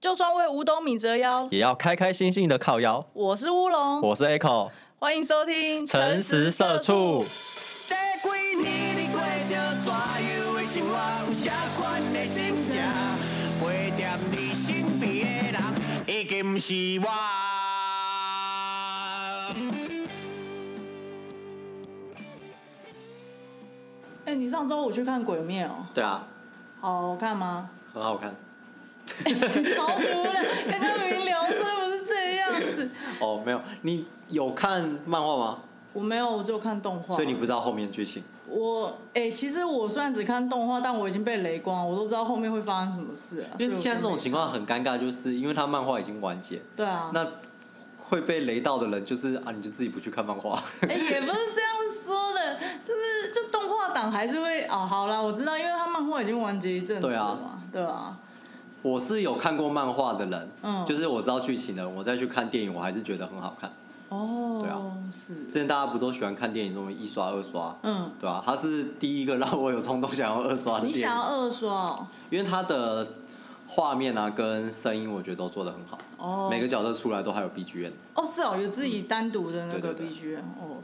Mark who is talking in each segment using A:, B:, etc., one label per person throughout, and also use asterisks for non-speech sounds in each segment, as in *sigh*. A: 就算为五斗米折腰。
B: 也要开开心心的靠腰。
A: 我是乌龙，
B: 我是 Echo，
A: 欢迎收听《
B: 诚实社畜。。
C: 这几年你过着怎样的生活？有啥款的心情？陪在你身边的人，已经不是我。
A: 哎、你上周五去看《鬼灭》哦，
B: 对啊，
A: 好看吗？
B: 很好看。
A: 超无聊，刚刚明明聊天不是这样子。
B: 哦，没有，你有看漫画吗？
A: 我没有，我只有看动画。
B: 所以你不知道后面的剧情。
A: 我哎、其实我虽然只看动画，但我已经被雷光，我都知道后面会发生什么事啊。
B: 因
A: 所以
B: 为
A: 我
B: 现在这种
A: 就没
B: 情况很尴尬，就是因为他漫画已经完结，
A: 对啊，
B: 那会被雷到的人就是啊，你就自己不去看漫 *laughs* 画。
A: 哎、也不是这样说的，就是就动画党还是会哦，好啦，我知道，因为他漫画已经完结一阵子
B: 对啊
A: 了嘛，对啊，
B: 我是有看过漫画的人，
A: 嗯
B: 就是我知道剧情的，我再去看电影，我还是觉得很好看。
A: 哦，
B: 对啊之
A: 是，
B: 前大家不都喜欢看电影，什么一刷、二刷，
A: 嗯，
B: 对啊，他是第一个让我有冲动想要二刷的
A: 你
B: 电
A: 想要
B: 影，
A: 二刷哦，
B: 因为他的画面啊跟声音，我觉得都做的很好。
A: 哦
B: 每个角色出来都还有 B G M，
A: 哦，是哦，有自己单独的那
B: 对
A: 个
B: 嗯对对
A: B G M 哦。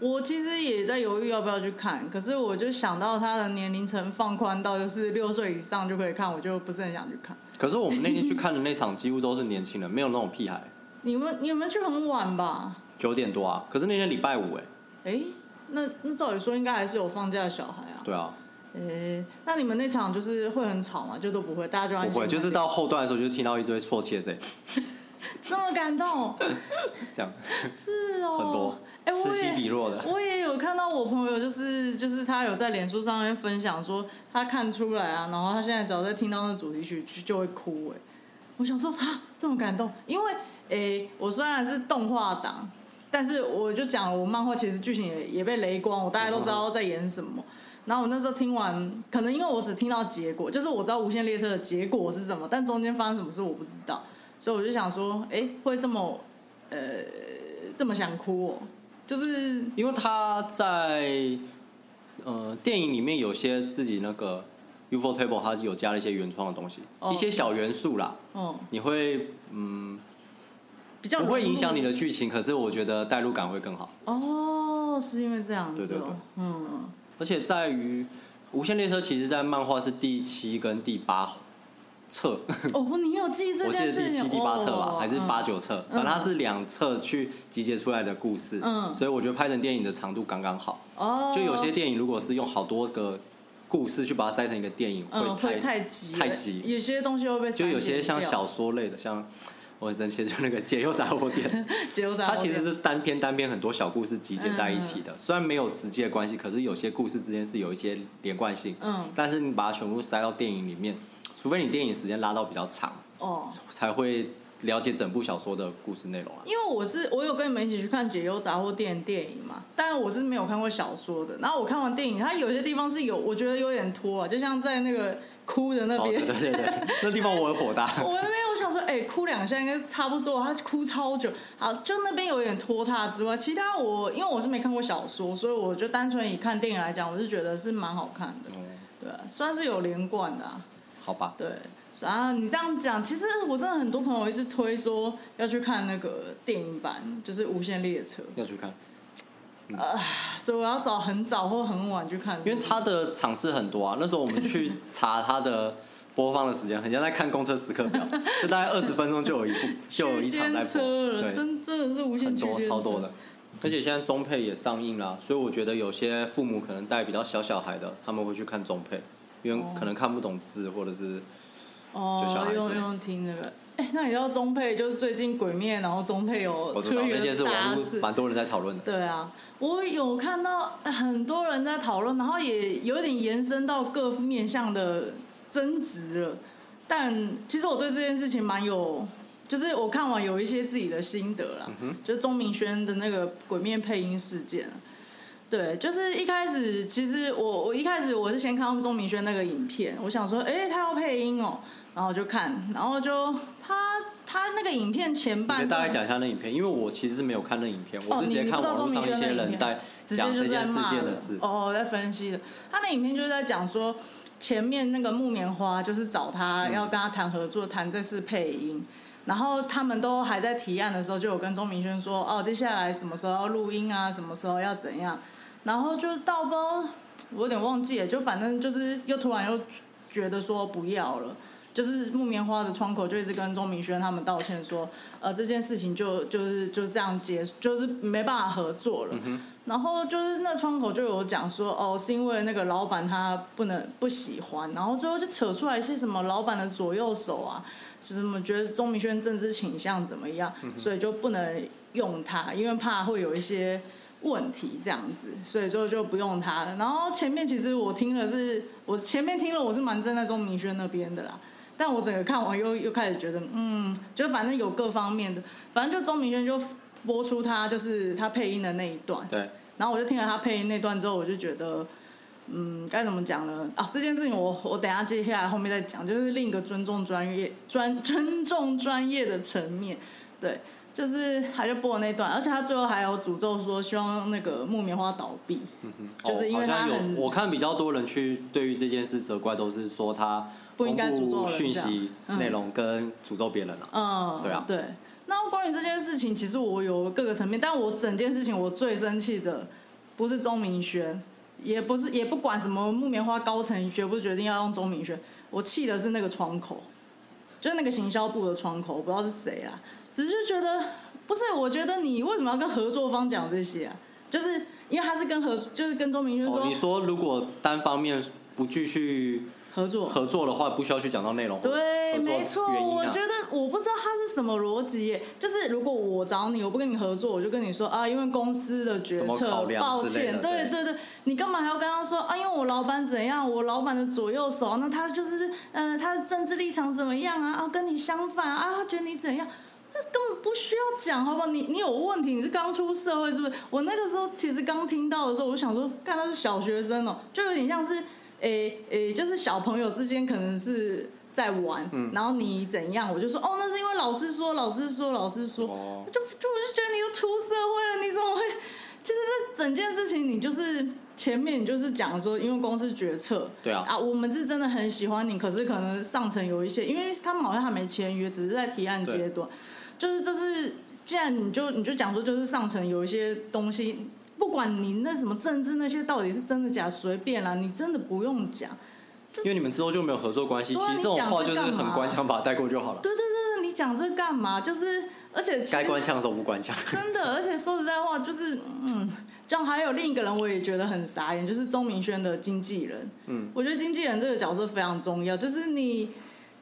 A: 我其实也在犹豫要不要去看，可是我就想到他的年龄层放宽到就是六岁以上就可以看，我就不是很想去看。
B: 可是我们那天去看的那场几乎都是年轻人，没有那种屁孩。
A: 你们你们去很晚吧？
B: 九点多啊，可是那天礼拜五哎、
A: 哎、那那照理说应该还是有放假的小孩啊。*laughs*
B: 对啊，
A: 哎、那你们那场就是会很吵吗？就都不会，大家就安
B: 不
A: 静。
B: 会，就是到后段的时候就听到一堆错切声，
A: 这么感动，
B: 这样
A: 是哦，
B: 很多，
A: 哎、
B: 此
A: 我
B: 起彼
A: 也。
B: 落的。
A: 我也有看到我朋友，就是就是他有在脸书上面分享说他看出来啊，然后他现在只要在听到那主题曲就就会哭哎、我想说啊这么感动，因为诶、我虽然是动画党，但是我就讲了我漫画其实剧情也也被雷光，我大概都知道在演什么。然后我那时候听完，可能因为我只听到结果，就是我知道《无限列车》的结果是什么，但中间发生什么事我不知道，所以我就想说，哎、会这么呃这么想哭哦，就是
B: 因为他在呃电影里面有些自己那个 UFO table，他有加了一些原创的东西，
A: 哦
B: 一些小元素啦，
A: 哦、
B: 你会嗯
A: 比较
B: 不会影响你
A: 的
B: 的剧情，可是我觉得代入感会更好。
A: 哦，是因为这样子
B: 对对对
A: 哦，嗯，
B: 而且在于《无限列车》，其实在漫画是第七跟第八册，
A: 哦，你有记这
B: 我记
A: 件
B: 得
A: 事
B: 第
A: 情
B: 七、第八册吧，
A: 哦
B: 还是
A: 嗯
B: 八九册，反正它是两册去集结出来的故事，
A: 嗯
B: 所以我觉得拍成电影的长度刚刚好。
A: 哦，
B: 就有些电影如果是用好多个故事去把它塞成一个电影，
A: 嗯
B: 太
A: 会太急了，
B: 太急。
A: 有些东西会被
B: 就有些像小
A: 小
B: 说类的，像我很生气，就那个《解忧杂
A: *laughs*
B: 货店》，
A: 结果
B: 它其实是单篇单篇很多小故事集结在一起
A: 嗯
B: 的，虽然没有直接关系，可是有些故事之间是有一些连贯性。
A: 嗯
B: 但是你把它全部塞到电影里面，除非你电影时间拉到比较长，
A: 哦。
B: 才会了解整部小说的故事内容啊。
A: 因为我是我有跟你们一起去看《解忧杂货店》电影嘛，但我是没有看过小说的。然后我看完电影，它有些地方是有我觉得有点拖啊，就像在那个哭的那
B: 哦，
A: 边，
B: 对对对对，那地方我很火大。
A: *laughs* 我那边我想说，哎、哭两下应该是差不多，他哭超久。好，就那边有点拖沓之外，其他我因为我是没看过小说，所以我就单纯以看电影来讲，我是觉得是蛮好看的，
B: 嗯
A: 对啊，算是有连贯的、啊，
B: 好吧，
A: 对。然后你这样讲，其实我真的很多朋友一直推说要去看那个电影版，就是《无限列车
B: 要去看，》，
A: 所以我要找很早或很晚去看，
B: 因为它的场次很多啊。那时候我们去查它的播放的时间，很像在看公车时刻
A: *laughs*
B: 表，就大概二十分钟就有一部，就有
A: 区
B: 一场
A: 间
B: 在播
A: 车。了，
B: 对，
A: 真真的是无限
B: 很
A: 区
B: 多
A: 间
B: 超多
A: 车
B: 的。。而且现在中配也上映啦，所以我觉得有些父母可能带比较小小孩的，他们会去看中配，因为可能看不懂字或者是
A: 哦
B: 就小孩，子
A: 用用听那个。哎、那你知道中配就是最近《鬼灭》，然后中配哦有
B: 我
A: 出
B: 知道
A: 一
B: 那件事
A: 个
B: 网
A: 大
B: 络
A: 事。
B: 蛮多人在讨论的。
A: 对啊，我有看到很多人在讨论，然后也有点延伸到各面向的争执了。但其实我对这件事情蛮有，就是我看完有一些自己的心得
B: 嗯
A: 啦，就是钟明轩的那个《鬼面配音事件啊。对，就是一开始，其实我我一开始我是先看到钟明轩那个影片，我想说，哎、他要配音哦，然后我就看，然后就他他那个影片前
B: 你可
A: 半
B: 以大概
A: 段
B: 讲一下那影片，因为我其实是没有看那影片，我
A: 哦
B: 是直接
A: 你
B: 看
A: 你不知道
B: 网络上一些
A: 钟明轩的影
B: 人
A: 片
B: 在
A: 直
B: 讲
A: 接
B: 这
A: 就
B: 件
A: 在
B: 事
A: 骂
B: 件
A: 了
B: 的事。
A: 哦，在分析的。他那影片就是在讲说，前面那个木棉花就是找他
B: 嗯
A: 要跟他谈合作，谈这次配音。然后他们都还在提案的时候，就有跟钟明轩说，哦，接下来什么时候要录音啊，什么时候要怎样。然后就是到包，我有点忘记了，就反正就是又突然又觉得说不要了。就是木棉花的窗口就一直跟钟明轩他们道歉说，呃，这件事情就就是就这样结束，就是没办法合作
B: 嗯
A: 了。然后就是那窗口就有讲说，哦，是因为那个老板他不能不喜欢，然后最后就扯出来一些什么老板的左右手啊，就是什么觉得钟明轩政治倾向怎么样，所以就不能用他，因为怕会有一些问题这样子，所以就就不用他了。然后前面其实我听了是，我前面听了我是蛮站在钟明轩那边的啦。但我整个看完又又开始觉得，嗯，就反正有各方面的，反正就钟明轩就播出他就是他配音的那一段，
B: 对，
A: 然后我就听了他配音那段之后，我就觉得，嗯，该怎么讲呢？啊，这件事情我我等一下接下来后面再讲，就是另一个尊重专业、专尊重专业的层面，对，就是他就播了那段，而且他最后还有诅咒说希望那个木棉花倒闭，就是因为
B: 哦
A: 他
B: 好像
A: 很
B: 有我看比较多人去对于这件事责怪，都是说他
A: 不应该诅咒人
B: 公布
A: 这样
B: 讯息
A: 嗯
B: 内容跟诅咒别人啊。
A: 嗯，
B: 对啊
A: 对。那关于这件事情，其实我有各个层面，但我整件事情我最生气的不是钟明轩，也不是也不管什么木棉花高层决不决定要用钟明轩，我气的是那个窗口，就是那个行销部的窗口，我不知道是谁啦，只是就觉得不是，我觉得你为什么要跟合作方讲这些啊？就是因为他是跟合，就是跟钟明轩
B: 哦，
A: 说
B: 你说如果单方面不继续
A: 合作，
B: 合作的话，不需要去讲到内容。
A: 对，
B: 合作
A: 没错，
B: 原因
A: 我
B: 啊
A: 觉得我不知道他是什么逻辑耶。就是如果我找你，我不跟你合作，我就跟你说啊，因为公司的决
B: 什么
A: 策，
B: 考量
A: 抱
B: 之类
A: 歉，
B: 的
A: 对
B: 对
A: 对对，你干嘛还要跟他说啊？因为我老板怎样，我老板的左右手，那他就是嗯、呃他的政治立场怎么样啊？啊，跟你相反啊，他觉得你怎样？这根本不需要讲，好不好？你你有问题，你是刚出社会是不是？我那个时候其实刚听到的时候，我就想说，看他是小学生哦、就有点像是，诶、诶、就是小朋友之间可能是在玩，然后你怎样，我就说，哦，那是因为老师说，老师说，老师说，
B: 哦
A: 我就就我就觉得你都出社会了，你怎么会？其实这整件事情，你就是前面你就是讲说，因为公司决策，
B: 对啊
A: 啊，我们是真的很喜欢你，可是可能上层有一些，因为他们好像还没签约，只是在提案阶段，就是就是，既然你就你就讲说，就是上层有一些东西，不管你那什么政治那些到底是真的假，随便啦，你真的不用讲。
B: 因为你们之后就没有合作关系，
A: 对啊
B: 其实这种话就是
A: 你讲这干
B: 很
A: 嘛
B: 官腔，把它带过就好了。
A: 对对对对，你讲这干嘛？就是而且其实
B: 该关腔的时候不
A: *laughs*
B: 关腔。
A: 真的，而且说实在话，就是嗯，这样还有另一个人，我也觉得很傻眼，就是钟明轩的经纪人。嗯，我觉得经纪人这个角色非常重要，就是你。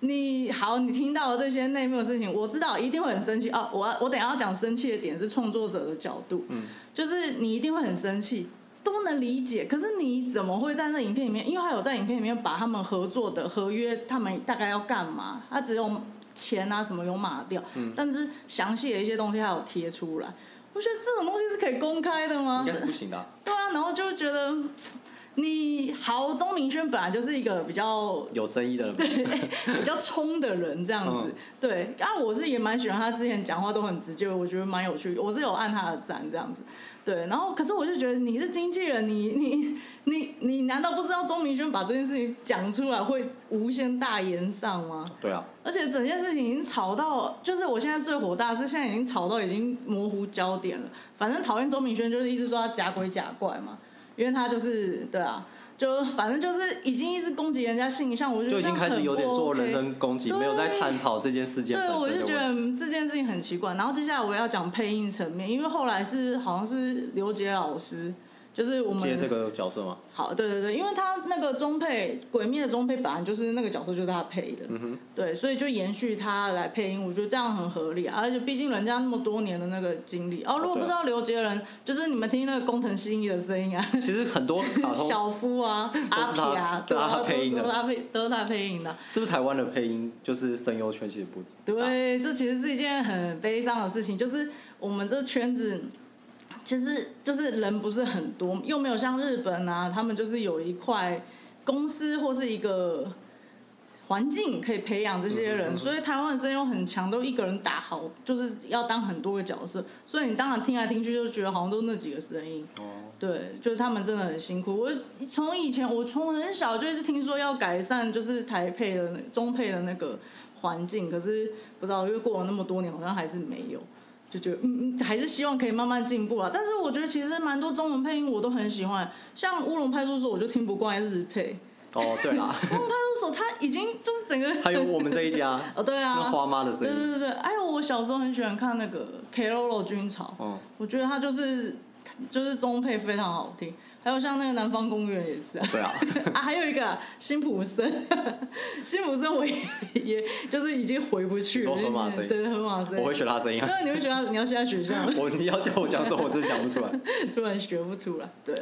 A: 你好，你听到的这些内幕的事情，我知道一定会很生气啊！我要我等一下要讲生气的点是创作者的角度，嗯，就是你一定会很生气，都能理解。可是你怎么会在那影片里面？因为他有在影片里面把他们合作的合约，他们大概要干嘛？他只有钱啊什么有码掉，
B: 嗯
A: 但是详细的一些东西他有贴出来。我觉得这种东西是可以公开的吗
B: 应？该是不行的啊、
A: 对啊，然后就觉得嗯你好，钟明轩本来就是一个比较 *laughs*
B: 有争议的人，啊
A: 比较冲的人这样子。
B: 嗯
A: 对，啊，我是也蛮喜欢他之前讲话都很直接，我觉得蛮有趣，我是有按他的赞这样子。对，然后可是我就觉得你是经纪人，你你你你难道不知道钟明轩把这件事情讲出来会无限大言上吗？
B: 对啊，
A: 而且整件事情已经吵到，就是我现在最火大的是现在已经吵到已经模糊焦点了。反正讨厌周明轩就是一直说他假鬼假怪嘛，因为他就是对啊，就反正就是已经一直攻击人家性向，我觉得
B: 就已经开始有点做人
A: 这样很不 OK
B: 身攻击，没有在探讨这件事件
A: 对，我
B: 本
A: 就
B: 身
A: 觉
B: 的问
A: 得
B: 题。
A: 这件事情很奇怪。然后接下来我要讲配音层面，因为后来是好像是刘杰老师，就是我们
B: 接这个角色嘛，
A: 好，对对对，因为他那个中配《鬼灭》的中配本来就是那个角色就是他配的，
B: 嗯
A: 对，所以就延续他来配音，我觉得这样很合理、啊，而且毕竟人家那么多年的那个经历。哦，如果不知
B: 啊
A: 道刘杰仁，就是你们听那个工藤新一的声音啊，
B: 其实很多
A: *laughs*
B: 卡通
A: 小夫啊，阿
B: 是
A: 皮
B: 他
A: 啊，对啊，
B: 都是他配音的
A: 都是他配，都是他配音的。
B: 是不是台湾的配音就是声优圈其实不大
A: 对，这其实是一件很悲伤的事情，就是我们这圈子。其实就是人不是很多，又没有像日本啊，他们就是有一块公司或是一个环境可以培养这些人，所以台湾的声优很强，都一个人打好，就是要当很多个角色，所以你当然听来听去就觉得好像都那几个声音。
B: 哦，
A: 对，就是他们真的很辛苦。我从以前，我从很小就一直听说要改善，就是台配的那中配的那个环境，可是不知道，因为过了那么多年，好像还是没有，就觉得嗯嗯，还是希望可以慢慢进步啊。但是我觉得其实蛮多中文配音我都很喜欢，像《乌龙派出所》我就听不惯日
B: *laughs*
A: 配，
B: 哦，对啦，
A: 《乌龙派出所》它已经就是整个
B: 还有我们这一家，
A: 哦对啊，
B: 那花妈的声
A: 对
B: 音，
A: 对对对，哎，我小时候很喜欢看那个《Keroro 军曹》。
B: 哦，
A: 我觉得他就是就是中配非常好听，还有像那个南方公园也是啊， *laughs*
B: 对啊，
A: 啊还有一个、啊、辛普森， *laughs* 辛普森我也也就是已经回不去了，
B: 你说河马声
A: 对河马声，
B: 我会学她声音啊。 *laughs*
A: 对，你会学他，你要现在学校。
B: 我你要叫我讲什么，我真的讲不出来。
A: *laughs* 突然学不出来。对，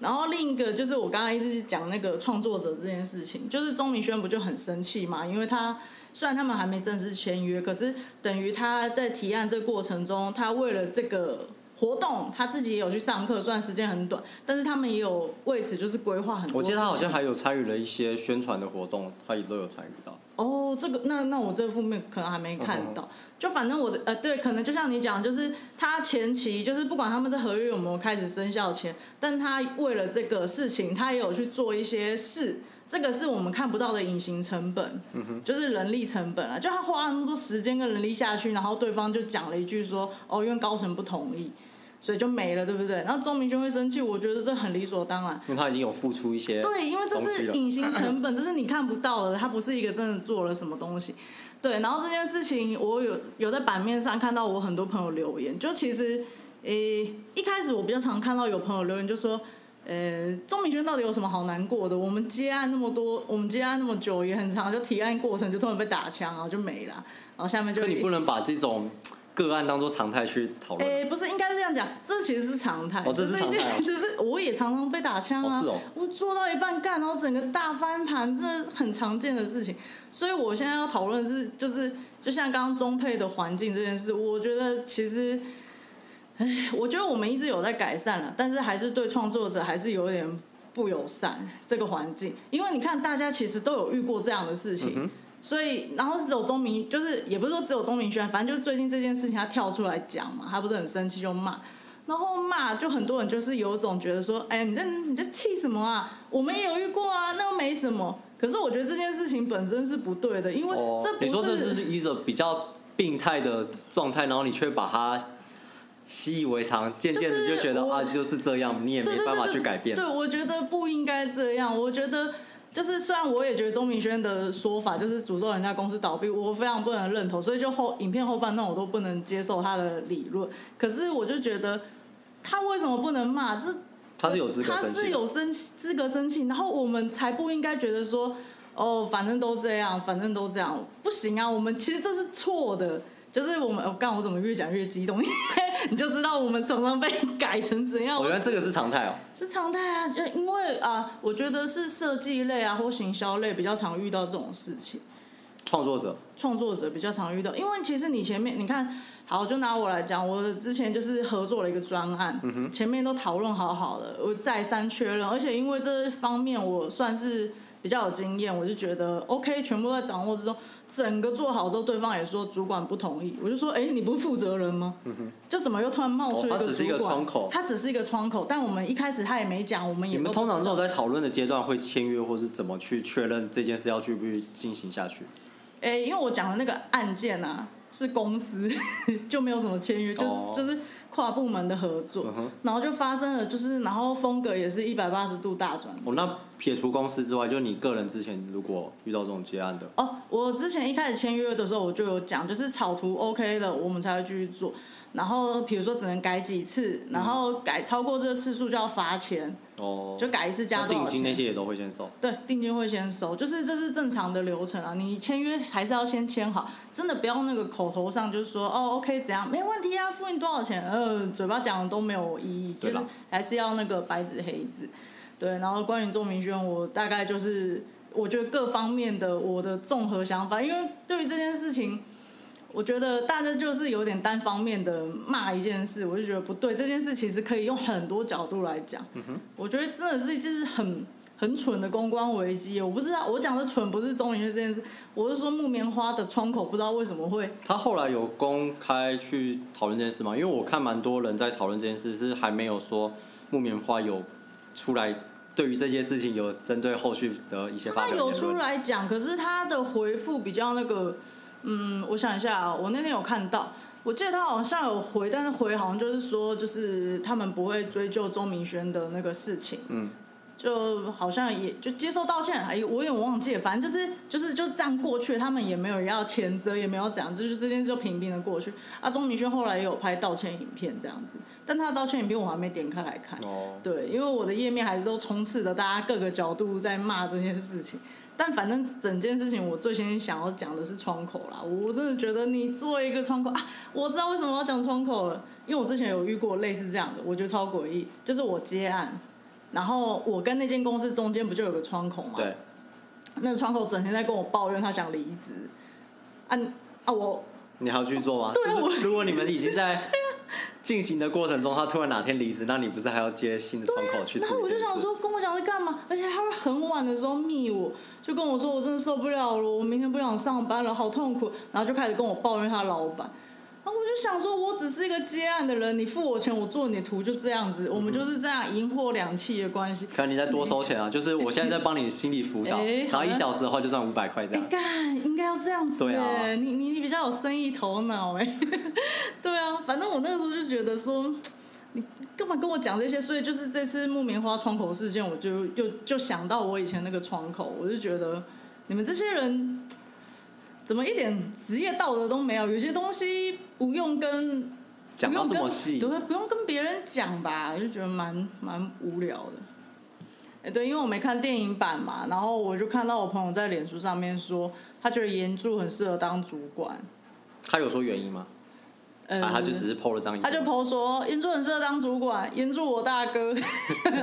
A: 然后另一个就是我刚刚一直讲那个创作者这件事情，就是钟明轩不就很生气嘛？因为他虽然他们还没正式签约，可是等于他在提案这个过程中，他为了这个。活动他自己也有去上课，虽然时间很短，但是他们也有为此就是规划很多
B: *laughs* 我
A: 事
B: 记
A: 情。
B: 得他好像还有参与了一些宣传的活动，他也都有参与到。
A: 哦，这个那那我这负面可能还没看到。就反正我的呃对，可能就像你讲，就是他前期就是不管他们这合约有没有开始生效前，但他为了这个事情，他也有去做一些事。这个是我们看不到的隐形成本，就是人力成本啊！就他花了那么多时间跟人力下去，然后对方就讲了一句说：“哦，因为高层不同意，所以就没了，对不对？”然后钟明轩会生气，我觉得这很理所当然。
B: 因为他已经有付出一些
A: 对，因为这
B: 东西
A: 是
B: 了
A: 隐形成
B: *laughs*
A: 本，这是你看不到的，它不是一个真的做了什么东西。对，然后这件事情我有有在版面上看到我很多朋友留言，就其实，诶、一开始我比较常看到有朋友留言就说。呃，钟明轩到底有什么好难过的？我们接案那么多，我们接案那么久，也很长，就提案过程就突然被打枪，然后就没了，然后下面就
B: 可你不能把这种个案当做常态去讨论。
A: 诶、不是，应该是这样讲，这其实是常态。
B: 哦这是
A: 是一件 *laughs*
B: 常态啊
A: 就是我也常常被打枪啊。
B: 哦是哦
A: 我做到一半干，然后整个大翻盘，这很常见的事情。所以我现在要讨论的是，就是就像刚刚中配的环境这件事，我觉得其实。唉，我觉得我们一直有在改善了，但是还是对创作者还是有点不友善这个环境，因为你看大家其实都有遇过这样的事
B: 嗯
A: 情，所以，然后只有钟明，就是也不是说只有钟明轩，反正就是最近这件事情，他跳出来讲嘛，他不是很生气就骂，然后骂就很多人就是有一种觉得说，哎，你在你在气什么啊？我们也有遇过啊，那又没什么。可是我觉得这件事情本身是不对的，因为
B: 哦
A: 这，不
B: 你
A: 是、
B: 说这是一种比较病态的状态，然后你却把它习以为常，渐渐的
A: 就是
B: 就觉得
A: 我
B: 啊就是这样，你也没
A: 对对
B: 办法
A: 对
B: 去改变
A: 对，。我觉得不应该这样。我觉得就是，虽然我也觉得钟明轩的说法就是诅咒人家公司倒闭，我非常不能认同，所以就后影片后半段我都不能接受他的理论。可是我就觉得他为什么不能骂？这
B: 他是有资格
A: 他
B: 生
A: 是
B: 气的。
A: 有生气资格生气，然后我们才不应该觉得说，哦，反正都这样，反正都这样，不行啊！我们其实这是错的，就是我们，我、干我怎么越讲越激动， *laughs* 你就知道我们常常被改成怎样。
B: 我原来这个是常态哦，
A: 是常态啊，就因为啊、我觉得是设计类啊或行销类比较常遇到这种事情，
B: 创作者
A: 创作者比较常遇到。因为其实你前面你看，好，就拿我来讲，我之前就是合作了一个专案，
B: 嗯
A: 前面都讨论好好的，我再三确认，而且因为这方面我算是。比较有经验，我就觉得 OK，全部在掌握之中。整个做好之后，对方也说主管不同意，我就说，哎、你不是负责人吗？就怎么又突然冒出一
B: 嗯哦
A: 个主管？
B: 他只是一个窗口
A: 他只是一个窗口，但我们一开始他也没讲，我们也
B: 你
A: 都
B: 们
A: 不
B: 通常
A: 知
B: 这
A: 道
B: 种在讨论的阶段会签约，或是怎么去确认这件事要去不去进行下去？
A: 诶、因为我讲的那个案件啊，是公司 *laughs* 就没有什么签约，就是、
B: 哦
A: 就是跨部门的合作，
B: 嗯哼
A: 然后就发生了，就是然后风格也是一百八十度大转
B: 哦，那撇除公司之外，就你个人之前如果遇到这种结案的，
A: 哦，我之前一开始签约的时候，我就有讲，就是草图 OK 的，我们才会继续做。然后比如说只能改几次，然后改超过这个次数就要罚钱，
B: 哦，
A: 就改一次加
B: 那
A: 多少
B: 定
A: 钱
B: 金那些也都会先收。
A: 对，定金会先收，就是这是正常的流程啊。你签约还是要先签好，真的不要那个口头上就是说哦，OK 怎样，没问题啊，付你多少钱，呃，嘴巴讲的都没有意义，就
B: 对
A: 是
B: 啦
A: 还是要那个白纸黑字。对，然后关于钟明轩，我大概就是我觉得各方面的我的综合想法，因为对于这件事情。我觉得大家就是有点单方面的骂一件事，我就觉得不对。这件事其实可以用很多角度来讲。我觉得真的是就是很很蠢的公关危机。我不知道，我讲的蠢不是中影院这件事，我是说木棉花的窗口不知道为什么会
B: 他后来有公开去讨论这件事吗？因为我看蛮多人在讨论这件事，是还没有说木棉花有出来对于这件事情有针对后续的一些发
A: 他
B: 表
A: 有
B: 言
A: 出
B: 论。
A: 来讲，可是他的回复比较那个，嗯，我想一下、啊，我那天有看到，我记得他好像有回，但是回好像就是说，就是他们不会追究周明轩的那个事情，
B: 嗯，
A: 就好像也就接受道歉，哎，我有点忘记了，反正就是就是就这样过去，他们也没有要谴责，也没有怎样，就是这件事就平平的过去。啊，周明轩后来也有拍道歉影片这样子，但他的道歉影片我还没点开来看，
B: 哦，
A: 对，因为我的页面还是都充斥着大家各个角度在骂这件事情，但反正整件事情我最先想要讲的是窗口啦。我真的觉得你作为一个窗口啊，我知道为什么要讲窗口了，因为我之前有遇过类似这样的，我觉得超诡异。就是我接案，然后我跟那间公司中间不就有个窗口嘛？
B: 对，
A: 那个窗口整天在跟我抱怨他想离职，啊啊我
B: 你还要去做吗？
A: 对啊
B: 就是
A: 我啊
B: 如果你们已
A: *laughs*
B: 经在进行的过程中，他突然哪天离职，那你不是还要接新的窗口去处
A: 啊然后
B: 理
A: 我
B: 这
A: 就
B: 件
A: 想
B: 事？
A: 说，跟我讲在干嘛？而且他会很晚的时候密我，就跟我说我真的受不了了，我明天不想上班了，好痛苦。然后就开始跟我抱怨他老板。然后我就想说，我只是一个接案的人，你付我钱，我做你的图，就这样子，我们就是这样赢货两气的关系。
B: 可能你再多收钱啊，就是我现在在帮你心理
A: *laughs*
B: 辅导，
A: 哎
B: 然后一
A: 好啊
B: 小时的话就赚五百块这
A: 哎
B: 样，。
A: 干，应该要这样子、欸。
B: 对啊
A: 你你你比较有生意头脑哎、 *laughs* 对啊，反正我那个时候就觉得说，你干嘛跟我讲这些？所以就是这次木棉花窗口事件，我就又就想到我以前那个窗口，我就觉得你们这些人怎么一点职业道德都没有？有些东西不用跟
B: 讲到这么细
A: 不，用跟对，不用跟别人讲吧，就觉得蛮蛮无聊的。哎，对，因为我没看电影版嘛，然后我就看到我朋友在脸书上面说，他觉得严柱很适合当主管。
B: 他有说原因吗？
A: 呃，
B: 啊，他就只是 PO 了张影
A: 他
B: 片，
A: 就 PO 说，严柱很适合当主管，严柱我大
B: *laughs*
A: 哥，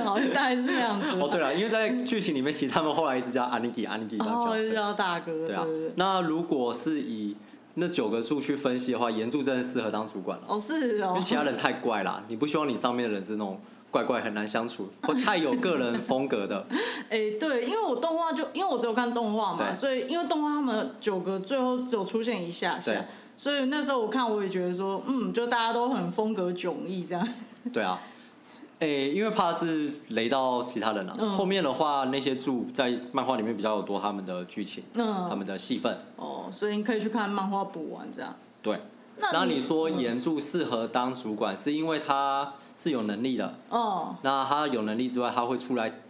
A: 好像大概是这样子。
B: 哦，对了，因为在剧情里面，其实他们后来一直叫 Aniki Aniki 这样叫
A: 哦，就
B: 对，
A: 叫大哥，对
B: 对啊
A: 对。对。
B: 那如果是以那九个柱去分析的话，岩柱真的适合当主管了，
A: 哦，是
B: 因
A: 哦
B: 为，其他人太怪啦，你不希望你上面的人是那种怪怪很难相处或太有个人风
A: *laughs*
B: 格的。
A: 哎，对，因为我动画就因为我只有看动画嘛，
B: 对
A: 所以因为动画他们九个最后只有出现一下下
B: 对，
A: 所以那时候我看我也觉得说，嗯，就大家都很风格迥异这样。
B: 对啊，诶、因为怕是雷到其他人了、
A: 嗯
B: 后面的话，那些柱在漫画里面比较有多他们的剧情，
A: 嗯
B: 他们的戏份。
A: 哦，所以你可以去看漫画补完这样。
B: 对，
A: 那
B: 那你说岩柱适合当主管，是因为他是有能力的，
A: 哦
B: 那他有能力之外，他会出来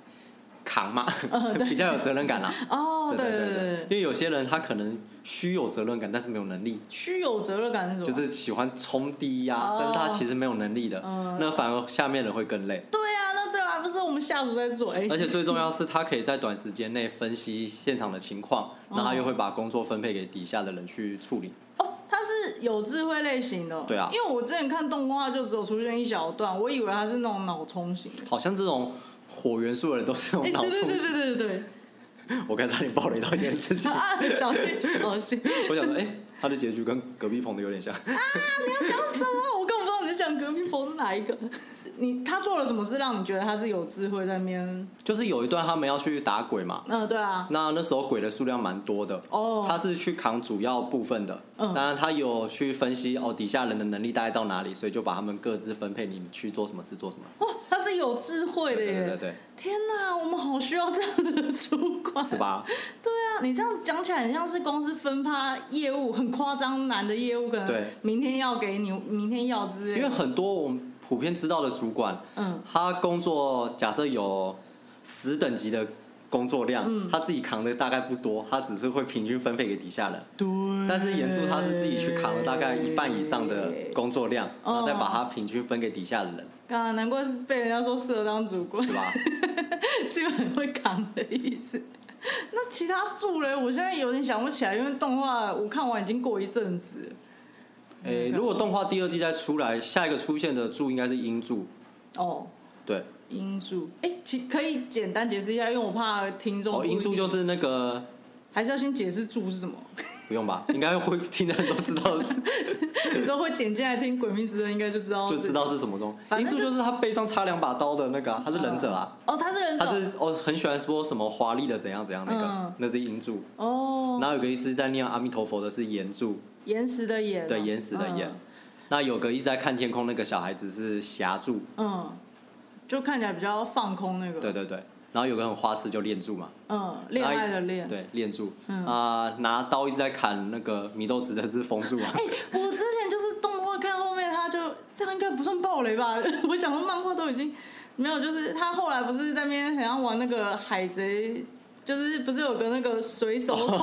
A: *laughs*
B: 扛嘛，
A: 哦对
B: *laughs* 比较有责任感啦。
A: 哦，对
B: 对
A: 对
B: 对，
A: 对
B: 因
A: 对，
B: 为有些人他可能虚有责任感，但是没有能力，
A: 虚有责任感是什么？
B: 就是喜欢冲第一呀、
A: 哦
B: 但是他其实没有能力的，
A: 嗯
B: 那反而下面人会更累。
A: 对啊，那最后还不是我们下属在做？哎，
B: 而且最重要是，他可以在短时间内分析现场的情况，然后他又会把工作分配给底下的人去处理。
A: 哦，它是有智慧类型的。
B: 对啊
A: 因为我之前看动画就只有出现一小段，我以为它是那种脑充型的。
B: 好像这种火元素的人都是
A: 哎，
B: 用脑
A: 对
B: 充
A: 对对
B: 血。
A: 对对
B: *laughs*
A: 对
B: 我刚才差点暴雷到一件事情
A: 对，，啊，小心小心！
B: 我想说，哎，他的结局跟隔壁棚的有点像。
A: 啊你要讲什么？我根本不知道你在讲隔壁佛是哪一个。你他做了什么事让你觉得他是有智慧在那边？
B: 就是有一段他们要去打鬼嘛，
A: 嗯，对啊，
B: 那那时候鬼的数量蛮多的，
A: 哦
B: 他是去扛主要部分的，
A: 嗯
B: 当然他有去分析哦底下人的能力大概到哪里，所以就把他们各自分配，你去做什么事做什么事，
A: 哇，他是有智慧的
B: 对
A: 耶！
B: 对对对，
A: 天哪，我们好需要这样子的主管，
B: 是？吧？
A: 对啊，你这样讲起来很像是公司分发业务很夸张难的业务，可能
B: 对
A: 明天要给你，明天要之类的。
B: 因为很多我们普遍知道的主管，
A: 嗯，
B: 他工作假设有十等级的工作量，
A: 嗯
B: 他自己扛的大概不多，他只是会平均分配给底下人。
A: 对。
B: 但是岩柱他是自己去扛了大概一半以上的工作量，
A: 哦
B: 然后再把它平均分给底下的人，
A: 啊，难怪是被人家说适合当主管，
B: 是吧？
A: 是因为很会扛的意思。那其他柱嘞，我现在有点想不起来，因为动画我看完已经过一阵子了。
B: 诶、如果动画第二季再出来，下一个出现的柱应该是英柱，
A: 哦，
B: 对，
A: 英柱，哎、其可以简单解释一下，因为我怕听众
B: 哦，
A: 不一定。
B: 英柱就是那个
A: 还是要先解释柱是什么。 *laughs*
B: 不用吧，应该会听的人都知道
A: 你说会点进来听《鬼灭之刃》，应该就知道
B: 就知道是什么东西。
A: 反
B: 银
A: 正
B: 柱
A: 就是
B: 就是他背上插两把刀的那个、啊，他是忍者啊，
A: 哦，他是人
B: 他
A: 种
B: 是哦很喜欢说什么华丽的怎样怎样那个，
A: 嗯
B: 那是银柱。
A: 哦，
B: 然后有个一直在念阿弥陀佛的是岩柱，
A: 岩石的岩哦，
B: 对，岩石的岩。那有个一直在看天空那个小孩子是霞柱，
A: 嗯，嗯，就看起来比较放空那个，
B: 对，对对。然后有个很花痴就练柱嘛，
A: 嗯，恋爱的恋，
B: 啊对，练柱。
A: 嗯
B: 啊，拿刀一直在砍那个米豆子的是风柱啊
A: *laughs* 哎、。我之前就是动画看后面，他就这样应该不算暴雷吧？ *laughs* 我想说漫画都已经没有，就是他后来不是在那边好像玩那个海贼，就是不是有个那个水手桶，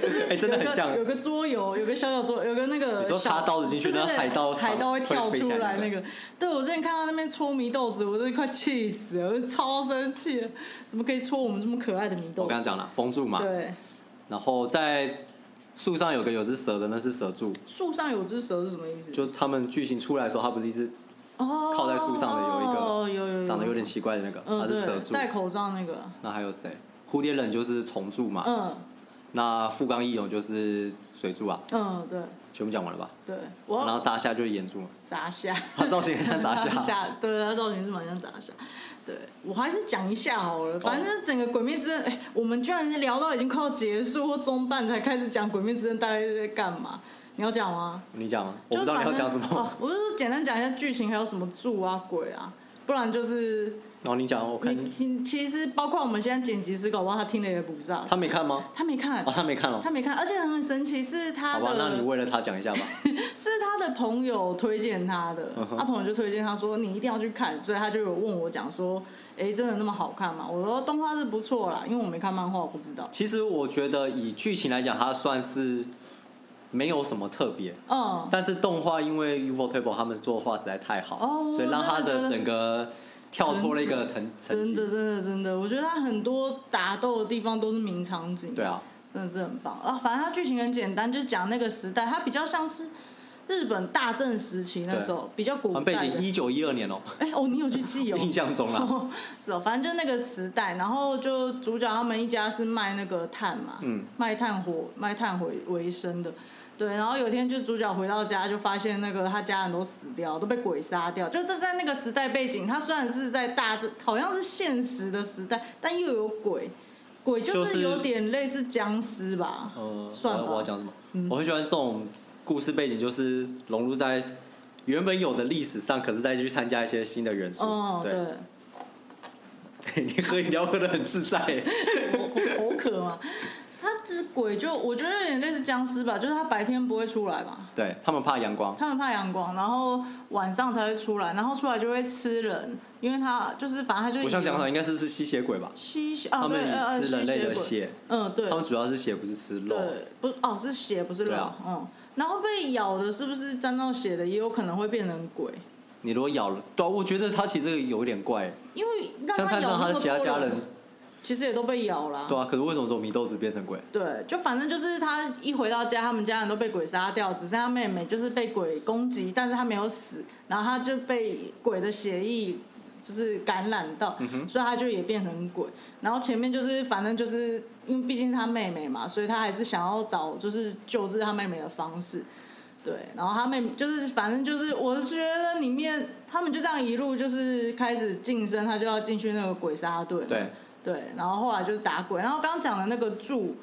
A: 就是
B: 哦哎真的很
A: 有个
B: 像
A: 有个桌游，有个小小桌，有个那个
B: 你说
A: 小
B: 插刀子进去
A: 对对对
B: 那海盗
A: 海盗会跳
B: 会飞
A: 出
B: 起来
A: 来
B: 那
A: 那
B: 个
A: 个。对我之前看到那边搓迷豆子，我真的快气死了，我超生气了，怎么可以戳我们这么可爱的迷豆
B: 我刚
A: 子？
B: 刚讲了风柱嘛，
A: 对，
B: 然后在树上有个有只蛇的，那是蛇柱。
A: 树上有只蛇是什么意思？
B: 就他们剧情出来的时候，他不是一只
A: 哦，
B: 靠在树上的有一个
A: 哦、有有有
B: 长得有点奇怪的那个，
A: 嗯，
B: 他是蛇
A: 对，
B: 柱。
A: 戴口罩那个，
B: 那还有谁？蝴蝶忍就是虫柱嘛，
A: 嗯
B: 那富冈义勇就是水柱啊，
A: 嗯，对
B: 全部讲完了吧？
A: 对，我
B: 然后
A: 要
B: 扎虾就是岩柱嘛，
A: 砸虾，
B: 他造型很像 *laughs* 砸虾
A: 对，他造型是蛮像砸虾。对，我还是讲一下好了。反
B: 哦
A: 正整个《鬼灭之刃》哎，我们居然是聊到已经快要结束或中半才开始讲《鬼灭之刃》大概是在干嘛？你要讲吗？
B: 你讲吗？我
A: 就
B: 不知道你要
A: 反正
B: 讲什么，
A: 哦，我就说简单讲一下剧情，还有什么柱啊、鬼啊，不然就是
B: 然后你讲，我看
A: 你你其实包括我们现在剪辑师，搞不好他听了也补不上。
B: 他没看吗？
A: 他没看，
B: 哦，他没看哦
A: 他，没看，而且很神奇，是他
B: 好吧，那你
A: 的
B: 为了他
A: *laughs*
B: 讲一下吧。
A: 是他的朋友推荐他的，
B: 嗯哼
A: 他朋友就推荐他说你一定要去看，所以他就有问我讲说，哎、真的那么好看吗？我说哦动画是不错啦，因为我没看漫画，我不知道。
B: 其实我觉得以剧情来讲，它算是没有什么特别，
A: 嗯，
B: 但是动画因为 UFO Table 他们做画实在太好，
A: 哦
B: 所以让它
A: 真
B: 的
A: 的
B: 整个跳脱了一个层层
A: 真
B: 级
A: 的。真的真的，我觉得他很多打斗的地方都是名场景，
B: 对，啊，
A: 真的是很棒啊。反正他剧情很简单，就是讲那个时代，它比较像是日本大正时期那时候比较古
B: 他们背
A: 代
B: 景
A: 的。
B: 一九一二年哦，
A: 哎、哦，你有去
B: *laughs*
A: 记哦？
B: 印象中
A: *laughs*
B: 啦，
A: 哦，是哦，反正就那个时代，然后就主角他们一家是卖那个炭嘛，
B: 嗯，
A: 卖炭火卖炭为为生的，对。然后有一天就主角回到家，就发现那个他家人都死掉，都被鬼杀掉。就在在那个时代背景，他虽然是在大自，好像是现实的时代，但又有鬼，鬼就
B: 就是
A: 是有点类似僵尸吧，
B: 呃，
A: 算
B: 我要我要
A: 吧。嗯
B: 讲什么？我很喜欢这种故事背景，就是融入在原本有的历史上，可是再去参加一些新的元素。
A: 哦，对，
B: 对， *laughs* 你喝饮料喝的很自在
A: *laughs*
B: 耶，
A: 我我口渴嘛。他只鬼就我觉得有点类似僵尸吧，就是他白天不会出来嘛，
B: 对他们怕阳光，
A: 他们怕阳光，然后晚上才会出来，然后出来就会吃人，因为他就是反正他就
B: 我想讲的应该是不是吸血鬼吧？
A: 吸血啊，
B: 他们
A: 对，
B: 以
A: 呃
B: 吃人类的，
A: 吸
B: 血
A: 鬼嗯，对
B: 他，们主要是血，不是吃肉。
A: 对，不是哦，是血不是
B: 对
A: 肉
B: 啊，
A: 嗯，然后被咬的是不是沾到血的，也有可能会变成鬼，
B: 你如果咬了，对啊，我觉得他其实这个有点怪耶，
A: 因为让
B: 像
A: 他
B: 探
A: 咬
B: 上他
A: 那
B: 的
A: 么
B: 其他家
A: 多
B: 人
A: 人，，其实也都被咬啦，
B: 对啊，可是为什么说米豆子变成鬼？
A: 对，就反正就是他一回到家，他们家人都被鬼杀掉，只剩他妹妹就是被鬼攻击，但是他没有死，然后他就被鬼的血液就是感染到，所以他就也变成鬼。然后前面就是反正就是因为毕竟是他妹妹嘛，所以他还是想要找就是救治他妹妹的方式。对，然后他妹就是反正就是，我是觉得里面他们就这样一路就是开始晋升，他就要进去那个鬼杀队嘛。
B: 对，
A: 对，然后后来就是打鬼，然后刚刚讲的那个柱